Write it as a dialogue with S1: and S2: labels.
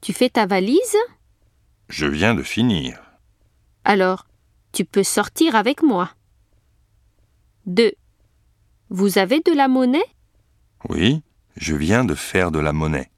S1: Tu fais ta valise
S2: Je viens de finir.
S1: Alors, tu peux sortir avec moi. 2. Vous avez de la monnaie
S2: Oui, je viens de faire de la monnaie.